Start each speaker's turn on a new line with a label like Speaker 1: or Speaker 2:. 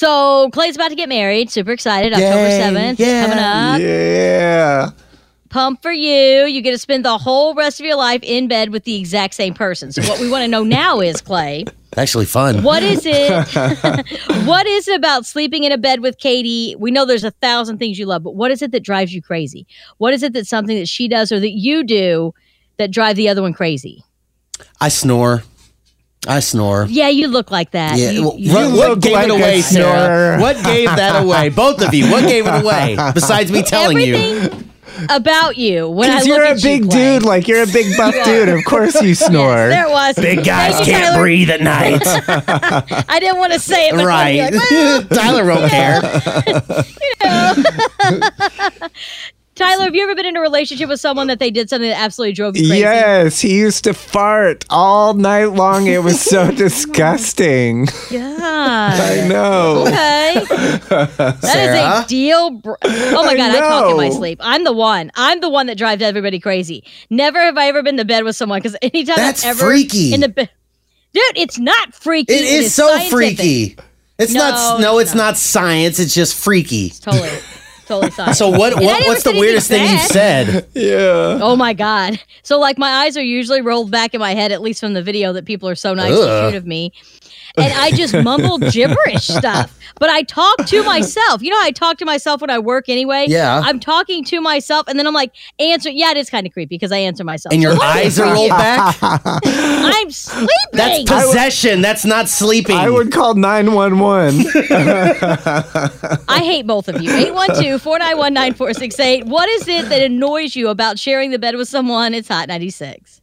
Speaker 1: So Clay's about to get married. Super excited. October
Speaker 2: Yay,
Speaker 1: 7th.
Speaker 2: yeah.
Speaker 1: Coming up.
Speaker 3: Yeah.
Speaker 1: Pump for you. You get to spend the whole rest of your life in bed with the exact same person. So what we want to know now is, Clay,
Speaker 2: It's actually fun.
Speaker 1: what is it? what is it about sleeping in a bed with Katie? We know there's a thousand things you love, but what is it that drives you crazy? What is it that's something that she does or that you do that drive the other one crazy?
Speaker 2: I snore. I snore.
Speaker 1: Yeah, you look like that.
Speaker 2: Yeah.
Speaker 1: You-
Speaker 2: well,
Speaker 1: you-
Speaker 2: what, what
Speaker 3: look
Speaker 2: gave
Speaker 3: like
Speaker 2: it
Speaker 3: a
Speaker 2: away, Sarah?
Speaker 3: snorer.
Speaker 2: What gave that away? Both of you. What gave it away? Besides me telling you.
Speaker 1: everything about you when I look
Speaker 3: Because you're a
Speaker 1: at
Speaker 3: big
Speaker 1: you, Clay.
Speaker 3: dude. Like, you're a big buff dude. Of course you
Speaker 1: Yes,
Speaker 3: snore.
Speaker 1: there it was.
Speaker 2: Big guys
Speaker 1: Thank you,
Speaker 2: can't
Speaker 1: Tyler.
Speaker 2: breathe at night.
Speaker 1: I didn't want to say it, but right.
Speaker 2: right.
Speaker 1: Like, well,
Speaker 2: Tyler won't care.
Speaker 1: Tyler, have you ever been in a relationship with someone that they did something that absolutely drove you crazy?
Speaker 3: Yes, he used to fart all night long. It was so disgusting.
Speaker 1: God.
Speaker 3: I know.
Speaker 1: Okay. That is
Speaker 2: Sarah?
Speaker 1: a deal. Br- oh my
Speaker 3: I
Speaker 1: God, I talk in my
Speaker 3: know.
Speaker 1: sleep. I'm the one. I'm the one that drives everybody crazy. Never have I ever been to bed with someone because anytime
Speaker 2: That's
Speaker 1: I've ever
Speaker 2: freaky.
Speaker 1: in the bed, dude, it's not freaky.
Speaker 2: It is so
Speaker 1: scientific.
Speaker 2: freaky. It's
Speaker 1: No,
Speaker 2: not no,
Speaker 1: it's
Speaker 2: it's not science, it's just freaky.
Speaker 1: Totally, totally science.
Speaker 2: So what,
Speaker 1: And I
Speaker 2: what
Speaker 1: never
Speaker 2: what's
Speaker 1: said
Speaker 2: the weirdest
Speaker 1: anything
Speaker 2: thing you've
Speaker 1: bad.
Speaker 2: said?
Speaker 3: Yeah.
Speaker 1: Oh my God. So, like, my eyes are usually rolled back in my head, at least from the video that people are so nice to
Speaker 2: Ugh.
Speaker 1: shoot of me. And I just mumble gibberish stuff. But I talk to myself. You know, how I talk to myself when I work anyway.
Speaker 2: Yeah.
Speaker 1: I'm talking to myself, and then I'm like, answer. Yeah, it is kind of creepy because I answer myself.
Speaker 2: And your
Speaker 1: What is
Speaker 2: eyes are
Speaker 1: with
Speaker 2: rolled
Speaker 1: you?
Speaker 2: back?
Speaker 1: I'm sleeping.
Speaker 2: That's possession. That's not sleeping.
Speaker 3: I would call 911.
Speaker 1: I hate both of you. 812 491 9468. What is it that annoys you about sharing the bed with someone? It's Hot 96.